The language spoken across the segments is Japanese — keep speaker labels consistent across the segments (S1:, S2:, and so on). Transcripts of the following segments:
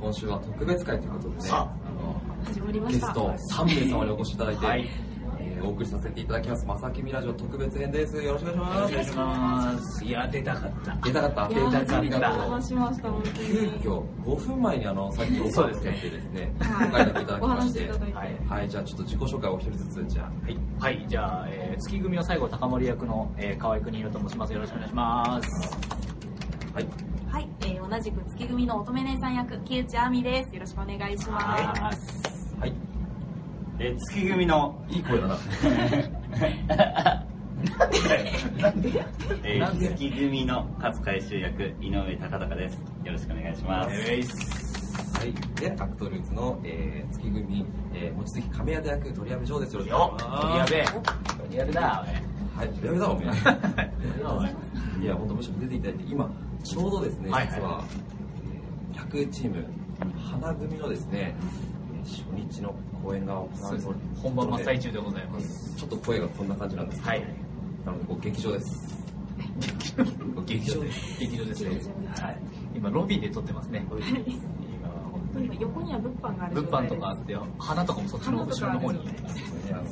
S1: 今週は特別会ということでね、
S2: さ
S1: あの
S3: 始まりま
S1: ゲ
S3: した
S1: スト3名様にお越しいただいて、
S2: はい
S1: えーお送りさせていただきます、まさきみラジオ特別編です。よろしくお願いし
S2: 願い
S1: ま
S2: し
S1: す。
S2: ます。いや、出たかった。
S1: 出たかった
S3: いやー
S1: 出たかった
S3: お邪魔しました本当に
S1: 急遽5分前にあの、さっきお
S2: そう
S1: 伺
S2: で
S1: いし
S2: す
S1: て
S2: ね
S1: ですね、
S3: は
S1: お
S3: い
S1: 帰りいただき
S3: お
S1: ま
S3: 話
S1: し
S3: して
S1: て
S3: いただいて、
S2: はい
S1: はい、じゃあちょっと自己紹介を一人ずつ、じゃあ。
S2: はい、はい、じゃあ、えー、月組の最後、高森役の、えー、河合邦弘と申します。よろしくお願いします。
S1: はい。
S3: はい、えー、同じく月組の乙女姉さん役木内亜美ですよろしくお願いします
S2: は
S1: はい。
S4: えー月組の、
S1: いい声だな。
S4: えー
S2: なんで
S4: 月組の勝海舟役井上貴隆ですよろしくお願いします、
S2: えいっす
S1: はい、で、アクトルーツの、えー、月組、えー、望月亀屋役、鳥山城です。よろしくお願いします。
S2: やべえ。やべだ、
S1: はい、鳥山だ、おめ え。いや、本当むしろ出ていただいて、今、ちょうどですね、
S2: はいはい
S1: 実は、えー、100チーム、花組のですね、えー初日の公演が行われており
S2: 本番真っ最
S1: ち
S2: 中でございます。
S1: ょっと声がこんな感じなんですけど、
S2: はい。
S1: なので、こう劇場です。劇場です。
S2: 劇場ですね。はい。今、ロビーで撮ってますね。今、本当に
S3: 今横には物販がある
S2: 物販とかあ
S3: は
S2: って、花とかもそっちの後ろの方に。
S1: ねあの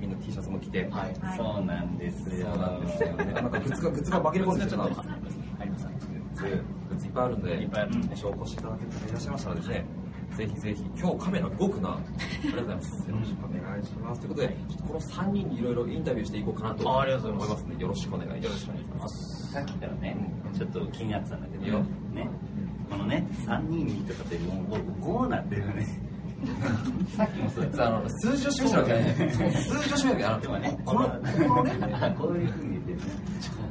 S1: みんな T シャツも着て、
S2: はい。
S3: い
S4: そうなんです
S1: そ
S4: よ
S1: うなんですよね。なんかグッ ズが、グッズが紛れ込んでちゃった。グ
S2: ありますね。
S1: ッズいっぱいあるんで、
S2: いっぱいあるんで
S1: もしお越しいただける方いらっしゃいましたらですね、ぜひぜひ、今日カメラ動くな。ありがとうございます。よろしくお願いします。ということで、ちょっとこの3人にいろいろインタビューしていこうかなと
S2: あ
S1: 思
S2: あ
S1: い
S2: りがとう
S1: ま
S2: ございます
S1: すので、よろしくお願いし
S2: よ
S1: ま
S2: ろし
S1: す
S2: くお。願いします。
S4: さっきからねちょっと気になってたんだけど
S1: いいよ
S4: ねこのね322とかってもうもうこうなってるよ ねさっきもそうだった
S1: あの数字を示してるわけじゃない。数字を示してるわけじ
S4: で
S1: ゃ
S4: も
S1: ない。
S4: ね
S1: この、このね。
S4: こういうふうに言ってね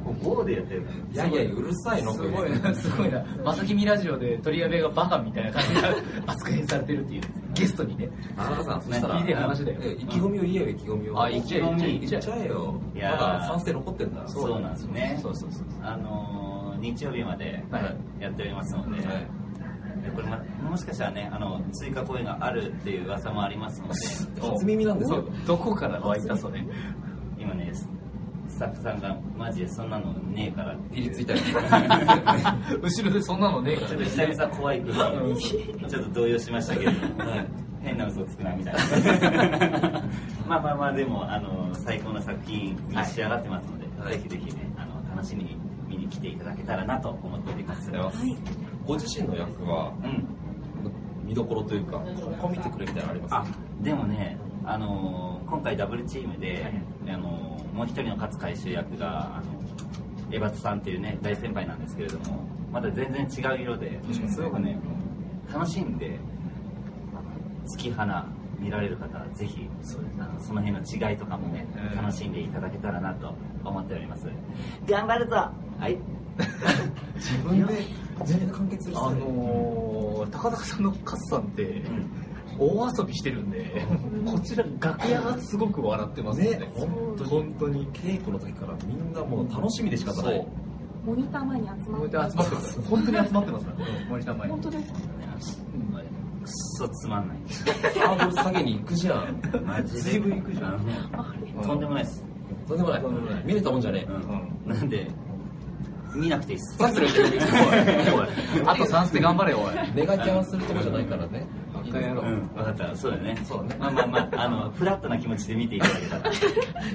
S4: こう棒でやってるから
S1: いやいや、うるさいの、
S2: すごいな、すごいな。まさきみラジオで鳥矢部がバカみたいな感じが扱いされてるっていう、ゲストにね。
S1: 田中さん、そしたら、
S2: いいね話だよ
S1: え意気込みを言えよ、意気込みを。
S2: あ、いっちゃえ、い
S1: 言
S2: っ
S1: っ
S2: ち
S1: ち
S2: ゃえ。
S1: ゃえよ。
S4: い
S1: ま
S4: やー
S1: だ賛成残ってんだ。
S4: そうなんですね
S2: そうそうそう。
S4: あのー日曜日まで
S1: はい
S4: やっておりますので、
S1: はい
S4: これまもしかしたらねあの追加公演があるっていう噂もありますので
S1: 初耳なんですよ
S2: おどこから湧いたそれ。
S4: 今ねススタッフさんがマジでそんなのねえからって
S1: ピ
S4: い
S1: リ
S4: う
S1: つ
S4: ち
S1: い
S4: ょ
S1: たよ ね。
S2: 後ろでそんなのねえか
S4: っ
S2: ら
S4: と久々怖い空気にちょっと動揺しましたけれども、
S1: はい
S4: 変な嘘つくなみたい なまあまあまあでもあの最高な作品に仕上がってますので、
S1: はい
S4: ぜひぜひねあの楽しみに見に来ていただけたらなと思っております
S1: ありがとうございます
S3: い
S1: ご自身の役は、
S4: うん
S1: 見どころというか、ここ見てくれみたいなのあります
S4: あでもね、あのー今回ダブルチームで、
S2: はい
S4: あのーもう一人の勝海舟役が、あの江端さんっていうね大先輩なんですけれどもまだ全然違う色で
S2: うん
S4: すごくね楽しんで月花見られる方はぜひ
S2: そうですね
S4: あのその辺の違いとかもね、
S2: うん
S4: 楽しんでいただけたらなと思っております頑張るぞはい
S1: 自分で、自分で完結する
S2: あのー、高田さんのカスさんって、大遊びしてるんで、こちら楽屋がすごく笑ってますよね
S1: ね。本当に
S2: 本当に。
S1: 稽古の時からみんなもう楽しみで仕方ない。
S3: モニター前に集
S2: こ
S3: ま
S2: う
S3: って
S2: やって集まってます。本当に集まってますから、この森田前に
S3: 本。当ですか
S4: くっそつま んない
S1: ハードル下げに行くじゃん。
S4: マジで
S2: 随分行くじゃん
S4: あのとんでもないです
S1: とんでもない
S2: とんでもない。
S1: 見れたもんじゃねえ。
S4: うんなんで、見 なくていいっす。
S1: さっきの言ってる
S4: おい
S2: あと3ステ頑張れよ、おい。
S1: メガキャンするとこじゃないからね。
S2: バカ野郎
S4: うん、分かった、そうだね。
S1: そうだね
S4: まあまあまあ、あの、フラットな気持ちで見ていただけたら。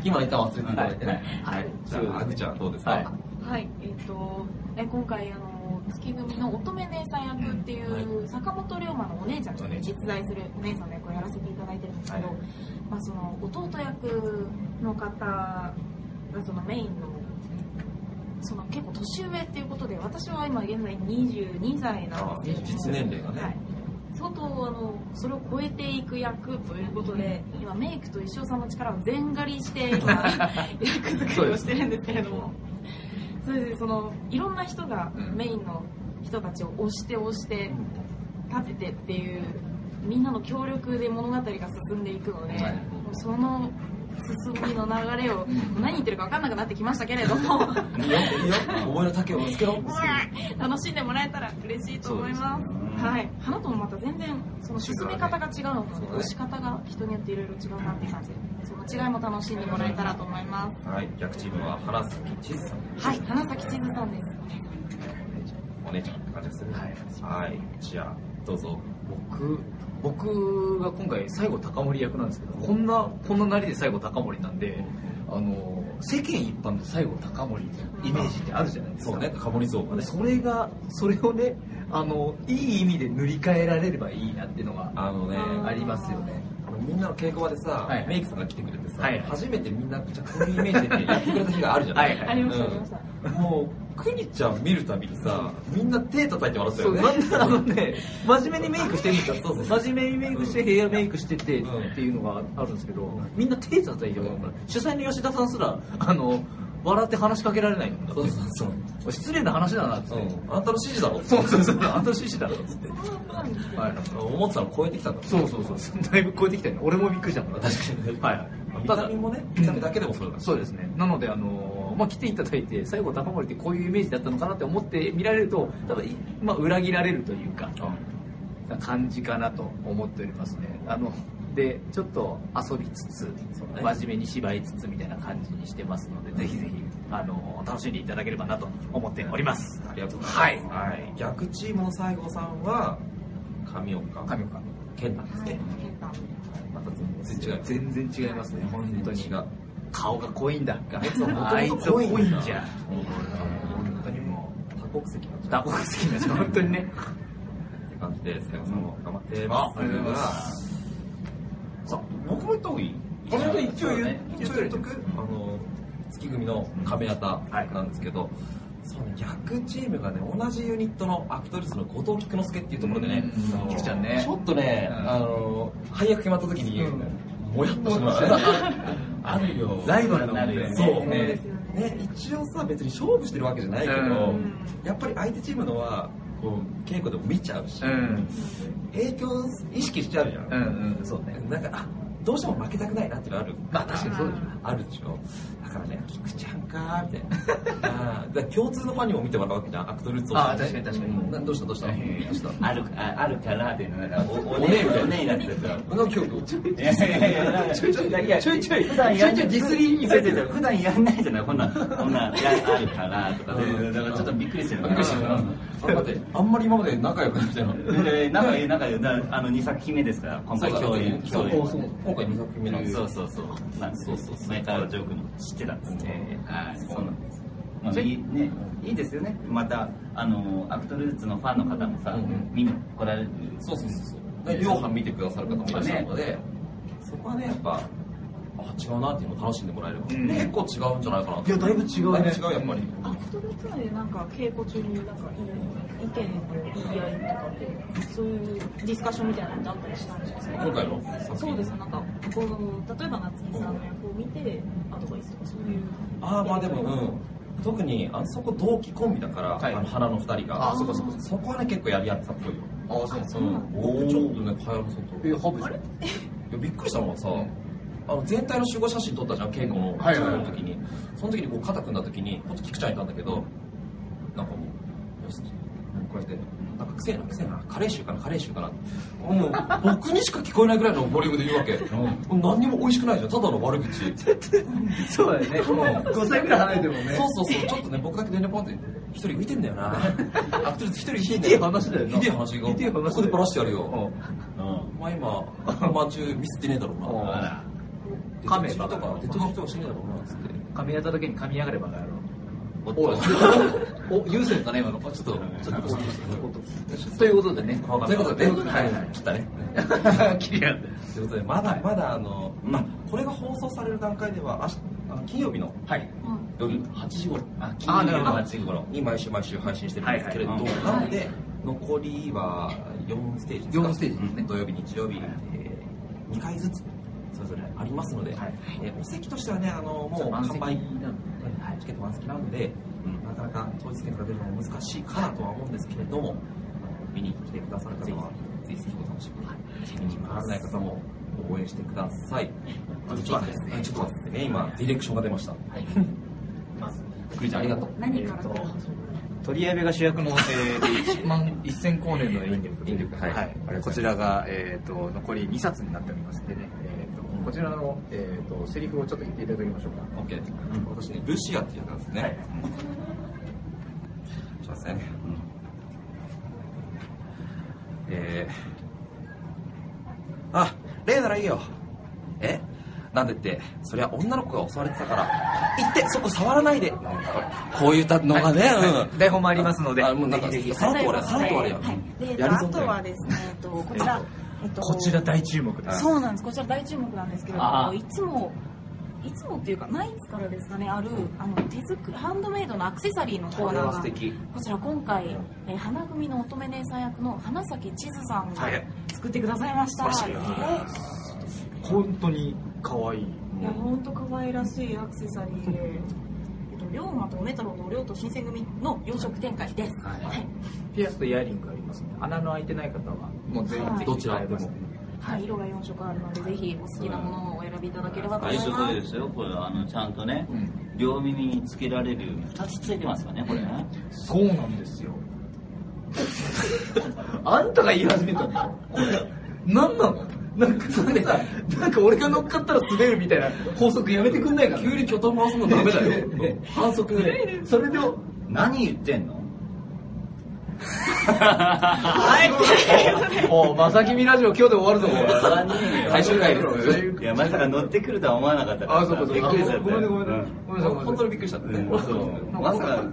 S1: 今一旦忘れていただいてね。
S4: は
S1: は
S4: い
S1: いじゃあ、アグちゃんどうですか
S4: はい
S3: はいえっ、とえ今回あの月組の乙女姉さん役っていう、
S1: う
S3: 坂本龍馬のお姉ちゃん
S2: お姉ち
S3: 実在するお姉さんの役をやらせていただいてるんですけど、
S2: はい
S3: まあ、その弟役の方がそのメインのその結構年上っていうことで私は今現在22歳なんですけども
S1: 実年齢が
S3: は
S1: ね
S3: い。、相当あのそれを超えていく役ということで今メイクと石尾さんの力を全借りして今役作りをしてるんですけれどもそれでそのいろんな人が
S1: うん
S3: メインの人たちを押して押して立ててっていうみんなの協力で物語が進んでいくので、
S1: はい
S3: もうその進みの流れを何言ってるか分かんなくなってきましたけれども
S1: いいよ、いいよ。思いの丈を見つけろ。
S3: 楽しんでもらえたら嬉しいと思います。
S4: そうですね
S3: はい、花ともまた全然その進め方が違うの
S1: そう
S3: で、
S1: だね
S3: 押し方が人によっていろいろ違うなって感じで、その違いも楽しんでもらえたらと思いま
S1: はい、逆チームは原崎千鶴さん。
S3: す。はい、花咲千鶴さんです。
S1: お姉ちゃんって感じがする。はい。じゃあ、どうぞ。
S2: 僕僕が今回最後高森役なんですけどこんなこんななりで最後高森なんであの世間一般の最後高森のイメージってあるじゃないですか
S1: そうね、カモリ像がね。
S2: それがそれをねあのいい意味で塗り替えられればいいなっていうのが
S1: あのね、
S2: ありますよね
S1: みんなの稽古場でさ、
S2: はい
S1: メイクさんが来てくれてさ、
S2: はい
S1: 初めてみんな、じゃあこういうイメージでやってくれた日があるじゃない
S2: はい
S3: ありました、
S1: うん
S3: ありました。
S1: もう、くにちゃん見るたびにさ、みんな手叩いて笑ってた
S2: そ
S1: よ
S2: う
S1: ね。
S2: なんだあのね真面目にメイクしてるんですよ
S1: そうそう
S2: 真面目にメイクしてヘアメイクしててっ
S1: うん
S2: ていうのがあるんですけどみんな手叩いてるから主催の吉田さんすらあの笑って話しかけられないんだ
S1: そうそうそう。
S2: 失礼な話だなっつっ
S1: う
S2: て
S1: ん。あんたの指示だろ
S2: そうそうそうあんた獅子だろっつって
S3: そうなんですよ。
S2: はい
S1: 思ってたの超えてきたんだ
S2: そうそうそうだいぶ超えてきたよね俺もびっくりしたもん
S1: 確かに。
S2: はい
S1: 見た目もね、見た目だけでもそうだし。
S2: そうですね。なので、あのまあ、来ていただいて、最後高森ってこういうイメージだったのかなって思って見られると、多分、いまあ、裏切られるというか、
S1: あ
S2: な感じかなと思っておりますね。あの、で、ちょっと遊びつ
S1: そ
S2: つ、
S1: うね
S2: 真面目に芝居つつみたいな感じにしてますので、ぜひぜひ、あの楽しんでいただければなと思っております。
S1: ありがとうご
S2: は
S1: ざい
S2: い。
S1: ます。はい。逆チームの西郷さんは、神岡
S2: 神岡。
S1: 健なんです
S3: はい、
S1: ね。
S3: 健太
S1: また全然違う。
S2: 全然違いますね、本当に。
S1: が。
S2: 顔が濃いんだ。
S1: あいつは
S2: あい
S1: 元
S2: つ
S1: 々
S2: 濃
S1: 濃
S2: い
S1: いんだ
S2: んじゃ。
S1: 本当にもう、多国籍なんじゃ
S2: ダボが好きなんですよ本当にね。
S1: って感じで、西郷さんも頑張ってます。
S2: ありがとうございます
S1: さあ、僕も言った方がいい
S4: これは
S1: 一
S4: 一応
S1: 応
S4: 言う
S1: 言っとくあの、月組の亀型なんですけど、その逆チームがね、同じユニットのアクトレスの後藤菊之助っていうところでね
S2: うん、菊ちゃんね
S1: ちょっとね、
S2: うん
S1: あの、配役決まった時に
S2: うん、
S1: もやっとしました。 あるよ。
S2: ライバルなんだよね。
S1: そう
S3: そう
S1: ね
S3: ですよね
S1: ね、一応さ、別に勝負してるわけじゃないけど、
S2: うん
S1: やっぱり相手チームのは、こう、稽古でも見ちゃうし、
S2: うん。
S1: 影響意識しちゃうじゃん。
S2: うんうん、そうね。
S1: なんか、あどうしても負けたくないなっていうのある。
S2: まあ確かにそうでしょ。
S1: あるでしょ。だからね、菊ちゃんかーみたいな。あ ーだから共通のファンにも見てもらうわけじゃん、アクトルーツを。
S2: あー確かに確かに
S1: うんなどうしたどうしたど
S2: いやいやいう
S1: した
S4: あるああるからっていうのなんかおお
S1: おねえ
S4: ね
S1: みたいな
S4: おねえになってたから
S1: なんか今日、ちょい
S4: いやいやいやなんか
S2: ちょいちょい
S4: いやいや
S2: ちょいちょい
S4: 普段やんない
S2: ちょいちょいディスりに
S4: 違う違う違う普段やんないじゃないこんなこんなんやあるからとかそういうだからちょっとびっくりしてる
S1: びっくりしたな。あ待って、あんまり今まで仲良くないみたいな。
S4: えー仲いい仲いいだからあの二作品目ですから今回共演
S1: そう
S4: 共演
S1: そう今回2作目なんです
S4: そうそうそうなんそうそう前からジョークの知ってたんですねはいそうなんですまあ、
S2: ぜ
S4: いいね、いいですよね、またあのアクトルーツのファンの方もさ、
S1: うんうん
S4: 見に来られる、
S1: そうそうそうそう。で、両班見てくださる方もいらっしゃるので、そこはね、やっぱ、あ、違うなっていうのを楽しんでもらえれば、
S2: うん
S1: 結構違うんじゃないかなと
S2: いやだいぶ違うね
S1: だいぶ違う、やっぱり。
S3: アクトルツアーでなんか稽古中になんかいい意見の言い合いとかってそういうディスカッションみたいなのってあったりしたんですか
S1: 今回の作品
S3: そうですなんかこの例えば夏木さんの役を見てアドバイスとかそういう
S1: ああ、まあでも、うん。特に、あそこ同期コンビだから、
S2: はい
S1: あの、花の二人が。
S2: あーそっかそっか
S1: そこはね、結構やり合ってたっぽいよ。
S2: ああ、そう
S1: う
S2: そ
S1: ん。
S2: おー
S1: 僕ちょっとね、早山さんと。
S2: う。え、ハブじゃ
S3: あ
S2: ん
S3: れ。
S1: いやびっくりしたのはさ、あの全体の集合写真撮ったじゃん、稽古の
S2: はいはいはい
S1: の時に、その時にこう肩組んだ時に、こっち菊ちゃんいたんだけど、なんかもう、よし、こうやって、なんかくせえな、くせえな、カレー臭かな、カレー臭かなって、もう僕にしか聞こえないぐらいのボリュームで言うわけ、もう何にも美味しくないじゃん、ただの悪口。
S2: そうだよね。5歳くらい離れてもね。
S1: そうそうそう、ちょっとね、僕だけ全然ポンって、一人浮いてんだよ な。アクトレス一人浮いてん
S2: ひ
S1: だ
S2: でえ
S1: よ。
S2: 話だよな。
S1: ひでえ話が、
S2: ひでえ話だよ
S1: ここでバラしてやるよ。
S2: う
S4: うん
S1: お前今、本番中ミスってねえだろうな。
S4: あ
S1: カメ
S2: 亀ば
S1: とか、手帳の人は死ねえだろうな、つって。
S2: ん。髪型だけに髪上がればやろう。
S4: ら
S2: おい、お、優先だね、今の。ちょっと、ちょっと、ちょっと。ということでね。
S1: ということで、
S2: は
S1: はい、切ったね。
S2: いはい。切り合って。
S1: ということで、まだまだ、あの、
S4: うん
S1: まあ、これが放送される段階では、明日あの金曜日の
S2: はい。
S3: うん
S1: 夜8時頃
S2: あ、
S4: あなるほ
S1: 金曜日
S4: ど
S1: の8時頃に毎週毎週配信してるんですけれど、
S4: はいはい
S1: なので、残りは4ステージですか
S2: 4ステージですね
S1: 土曜日、日曜日、えー、2回ずつ、それぞれありますので、
S2: はい
S1: えーお席としてはね、あの、もう
S2: 満
S1: 完
S2: 席
S1: 売。
S2: なの
S1: はい、チケット満席なので、なかなか当日券が出るのも難しいかなとは思うんですけれども、見に来てくださる方は、ぜひぜひお楽しみに。見に来られない方も応援してください。あとちょっとですね、ちょっと待ってね、今、ディレクションが出ました。はい。くりちゃん、ありがとう。
S3: 何から
S2: えーと
S3: 話し
S5: 取り上げが主役の、えー、1万1000光年の引力
S1: 引力はいありがとうございます
S5: こちらが、えー、と残り2冊になっておりますんでね、えー、とこちらの、えー、とセリフをちょっと言っていただきましょうか
S1: OK。私ね、ルシアっていうやつなんですね。ちょっと待ってね。えー、あ、例ならいいよ。えなんでって、そりゃ女の子が襲われてたから、行って、そこ触らないで。こうこういったのがね、うん。
S2: 台本もありますので
S1: あ、もうなんか、
S2: ぜひぜひ
S1: さらっとあれ、さらっとあれよ。
S3: はい、で
S1: やるぞ
S3: あとはですね、えっと、こちら、えっと、
S5: こちら大注目です。
S3: そうなんです、こちら大注目なんですけれど
S5: あ
S3: も、
S5: ー
S3: いつも、いつもっていうか、ナイツからですかね、ある、あの、手作り、ハンドメイドのアクセサリーのコ
S1: こ
S3: ー
S1: れ
S3: ナー
S1: は
S3: が
S1: 素、敵。
S3: こちら今回、えー花組の乙女姉さん役の花咲千鶴さんが
S5: はい
S3: 作ってくださいました。
S5: 素晴らし本当に可愛い。
S3: いや、ほんと可愛らしいアクセサリーで、えっと、龍馬と梅太郎の龍と新選組の洋色展開です。はい。
S2: ピアスとイヤリングありますので、穴の開いてない方は、もう全員ぜひ
S1: どちらでも
S2: 買えますので
S3: はい、色が4色あるので、ぜひお好きなものをお選びいただければと
S4: あ
S3: 思いま
S4: いう
S3: す。
S4: ところですよ、これ、あの、ちゃんとね、両耳につけられる、二つついてますよね、これね。
S5: そうなんですよ。 あんたが言い始めたんだよ。これ。なんなのなんかそれさ、なんか俺が乗っかったら滑るみたいな法則やめてくんないかな
S1: 急に巨頭回すのダメだよ。
S5: 反則で。それで、
S4: 何言ってんの
S5: おう、まさきみラジオ今日で終わるぞ、
S1: 最終回です
S4: いや、まさか乗ってくるとは思わなかったから
S5: あ、
S4: さ。
S5: そうかそう
S4: びっ
S5: か。
S4: くりしちゃったよ。
S5: ごめんねごめんね
S4: うん。
S5: ごめんなさいごめんなさい。
S1: 本当にびっくりしちゃったね
S4: う。んそうまさか、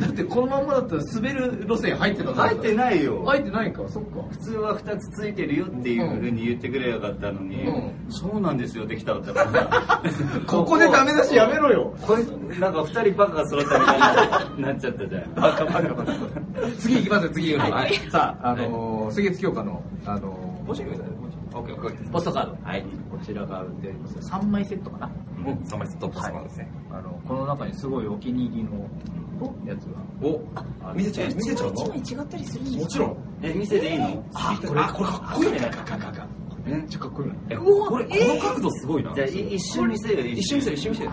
S5: だってこのまんまだったら滑る路線入ってたの
S4: 入ってないよ。
S5: 入ってないかそっか
S4: 普通は2つついてるよっていうふうに言ってくれよかったのに、
S5: う
S4: そうなんですよできたかったから
S5: ここでダメ出しやめろよ
S4: これなんか2人バカが揃ったみたいになっちゃったじゃんバカバカバカ
S2: 次行きますよ、次行きますよ。さあ、あのー、水月強化の、あの
S1: 申し訳ない。オッケーオッケー。
S5: ポストカード
S1: はい。
S2: ー、こちらが売ってあります。
S5: 3枚セットかな
S1: もう、サマリストップスマンですね。
S2: あの、この中にすごいお気に入りのやつが。
S1: お、あ見せちゃう見せちゃうの
S3: 一枚一枚違ったりするんですか
S1: もちろん。
S4: え店でいいの
S1: あ、これ、あ、これかっこいいね。
S2: めっちゃかっこいいな。
S1: えこれ、この角度すごいな。
S4: じゃあい一瞬見せるよ
S1: 一
S4: 一
S1: 瞬見せる、一瞬見せる。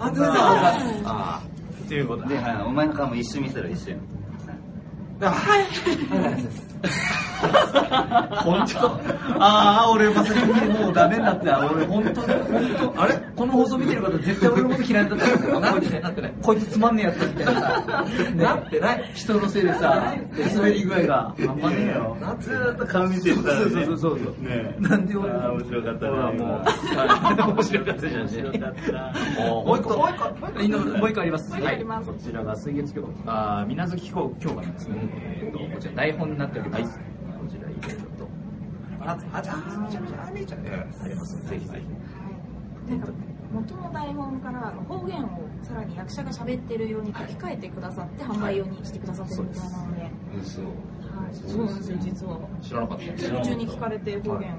S1: あ、出
S4: あ
S2: ということ
S4: あで、はい、お前の顔も一瞬見せろ一瞬
S5: 本当ああ俺まさきもうダメだった俺本当に本当あれこの放送見てる方絶対俺のこと嫌いだったんだよな
S1: なってない。
S5: こいつつまんねえやつだみたいな、
S1: なってない。
S5: 人のせいでさ滑り具合があんまねえよ
S4: ずーっと顔見せてたら、ね、
S5: そうそうそうそうそう
S4: ねえ
S5: なんで俺
S4: あー面白かったね
S5: ほらも
S4: う面白かったじゃん面白かった
S5: もう一個もう一個もう一個あります
S2: はい、こちらが水月教あー水無月教教科なんですね、えっとこちら台本になっております、こちらいろいろと
S1: あ、あ、じゃあ、めちゃめちゃあ、めちゃ
S2: ありますぜひぜ
S3: はいなんか元の台本から方言をさらに役者が喋ってるように書き換えてくださって販売用にしてくださってるみたいなので、はい、そうなんですよ実は
S1: 知らなかった。
S3: 劇中に聞かれて方言、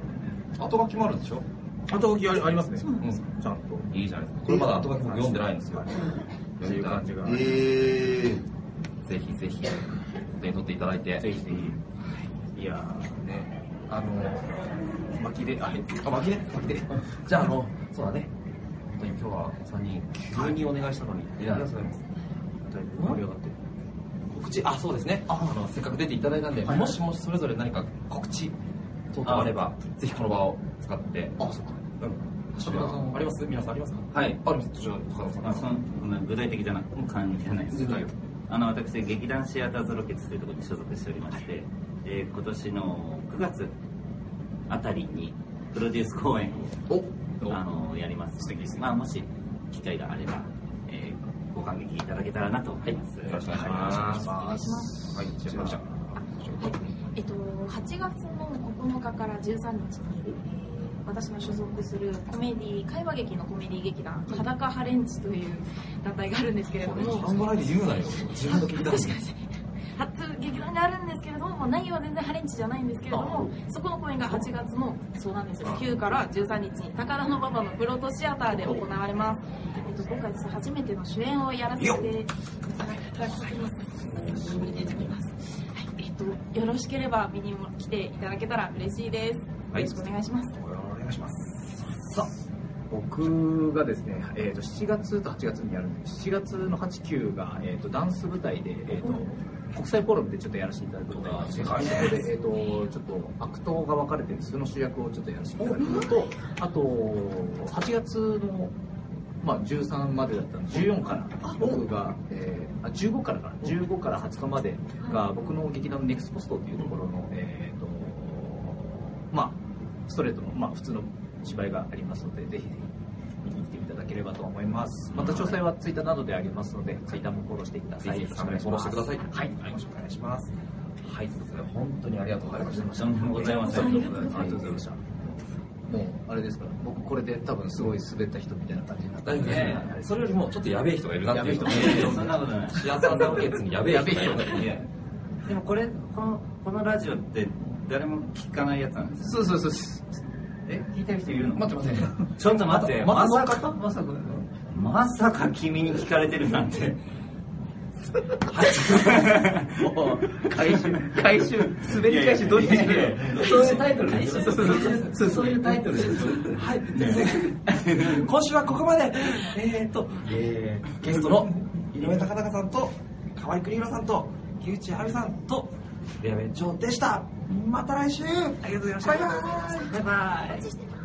S1: 後書きもあるでしょ
S2: ひ後書きありありますね
S3: そうなんです
S2: ちゃんと
S1: いいじゃないですか。これまだ後書きも読んでないんですよ。
S2: っていう感じが、
S4: ええ
S1: ぜひぜひ、手に取っていただいて。
S4: ぜひぜ
S2: いやーねあの巻きであ
S1: あ、負けね負けねじゃあ、あの、そうだね。本当に今日は3人、急にお願いしたのに、ありがとうございます。
S2: だいぶ盛り上がってる
S1: 告知、あ、そうですね。あの、せっかく出ていただいたんで、もしもしそれぞれ何か告知等々あれば、ぜひこの場を使って。あ、そっか。うん。あります皆さんありますか
S4: ひはい
S1: あります。途中で高田さん。
S4: あその具体的じゃなく感じじゃないですけど
S1: 全然
S4: あの私劇団シアターズロケッツというところに所属しておりまして、えー今年の9月あたりにプロデュース公演をあのやりますまあ、もし機会があれば、えーご感激いただけたらなと思います、
S1: よろしくお願いします。
S3: お願いします
S1: はい、じゃあ、じゃあ
S3: えっと、8月の9日から13日に、えー私の所属するコメディ会話劇のコメディ劇団裸ハレンチという団体があるんですけれども
S1: 半笑いで言うなよ。自分の聞いた
S3: 確かに初劇団があるんですけれども内容は全然ハレンチじゃないんですけれどもそこの公演が8月のそうなんですよ9から13日に宝の馬場のプロトシアターで行われます、えっと、今回ですね初めての主演をやらせていただきます頑張りたいと思いますはいえっとよろしければ見にも来ていただけたら嬉しいです、
S1: はい
S3: よろしくお願いします
S1: お願いします。
S2: 僕がですね、えー、と7月と8月にやるんです7月の89が、えー、とダンス舞台で、えー、と国際フォーラムでちょっとやらせていただくことがあってそこで、えー、とちょっと悪党が分かれてるその主役をちょっとやらせていただくのとあと8月のまあ、13までだったので14から僕が、えーあ15からかな15から20日までが僕の劇団のネクスポストっていうところの、えーとまあ、ストレートの、まあ、普通の芝居がありますのでぜひぜひ見に来ていただければと思いますまた詳細はツイッターなどでありますのでツイッターもフォローしてください
S1: ぜひフォローしてください
S2: はい、
S1: よろしくお願いしますはいということで本当にありがとうございました
S4: とんでもございません。ありがとうご
S2: ありがとうございましたもうあれですから僕これで多分すごい滑った人みたいな感じになって
S1: 大丈夫ですねそれよりもちょっとやべえ人がいるなっていうの
S4: いやいやそんなことない。
S1: シアターダウケツにやべえ人がいるなっていう
S4: いや でもこれこのこのラジオって誰も聞かないやつなんです
S2: そうそうそうそう
S4: え聞いてる人いるの
S2: 待って待って
S4: ちょっと待ってまさか
S2: かまさか
S4: まさか君に聞かれてるなんて
S2: もう回収回収滑り返しどうにかしてくれよ
S4: そういうタイトルです
S2: そうそうそうそういうタイトルです
S1: はい、今週はここまで、えー、と、えー、ゲストの井上貴隆さんと河合邦弘さんと木内あるさんと矢部長でした。また来週ありがとうございました。バイバイ
S6: お待ちしてます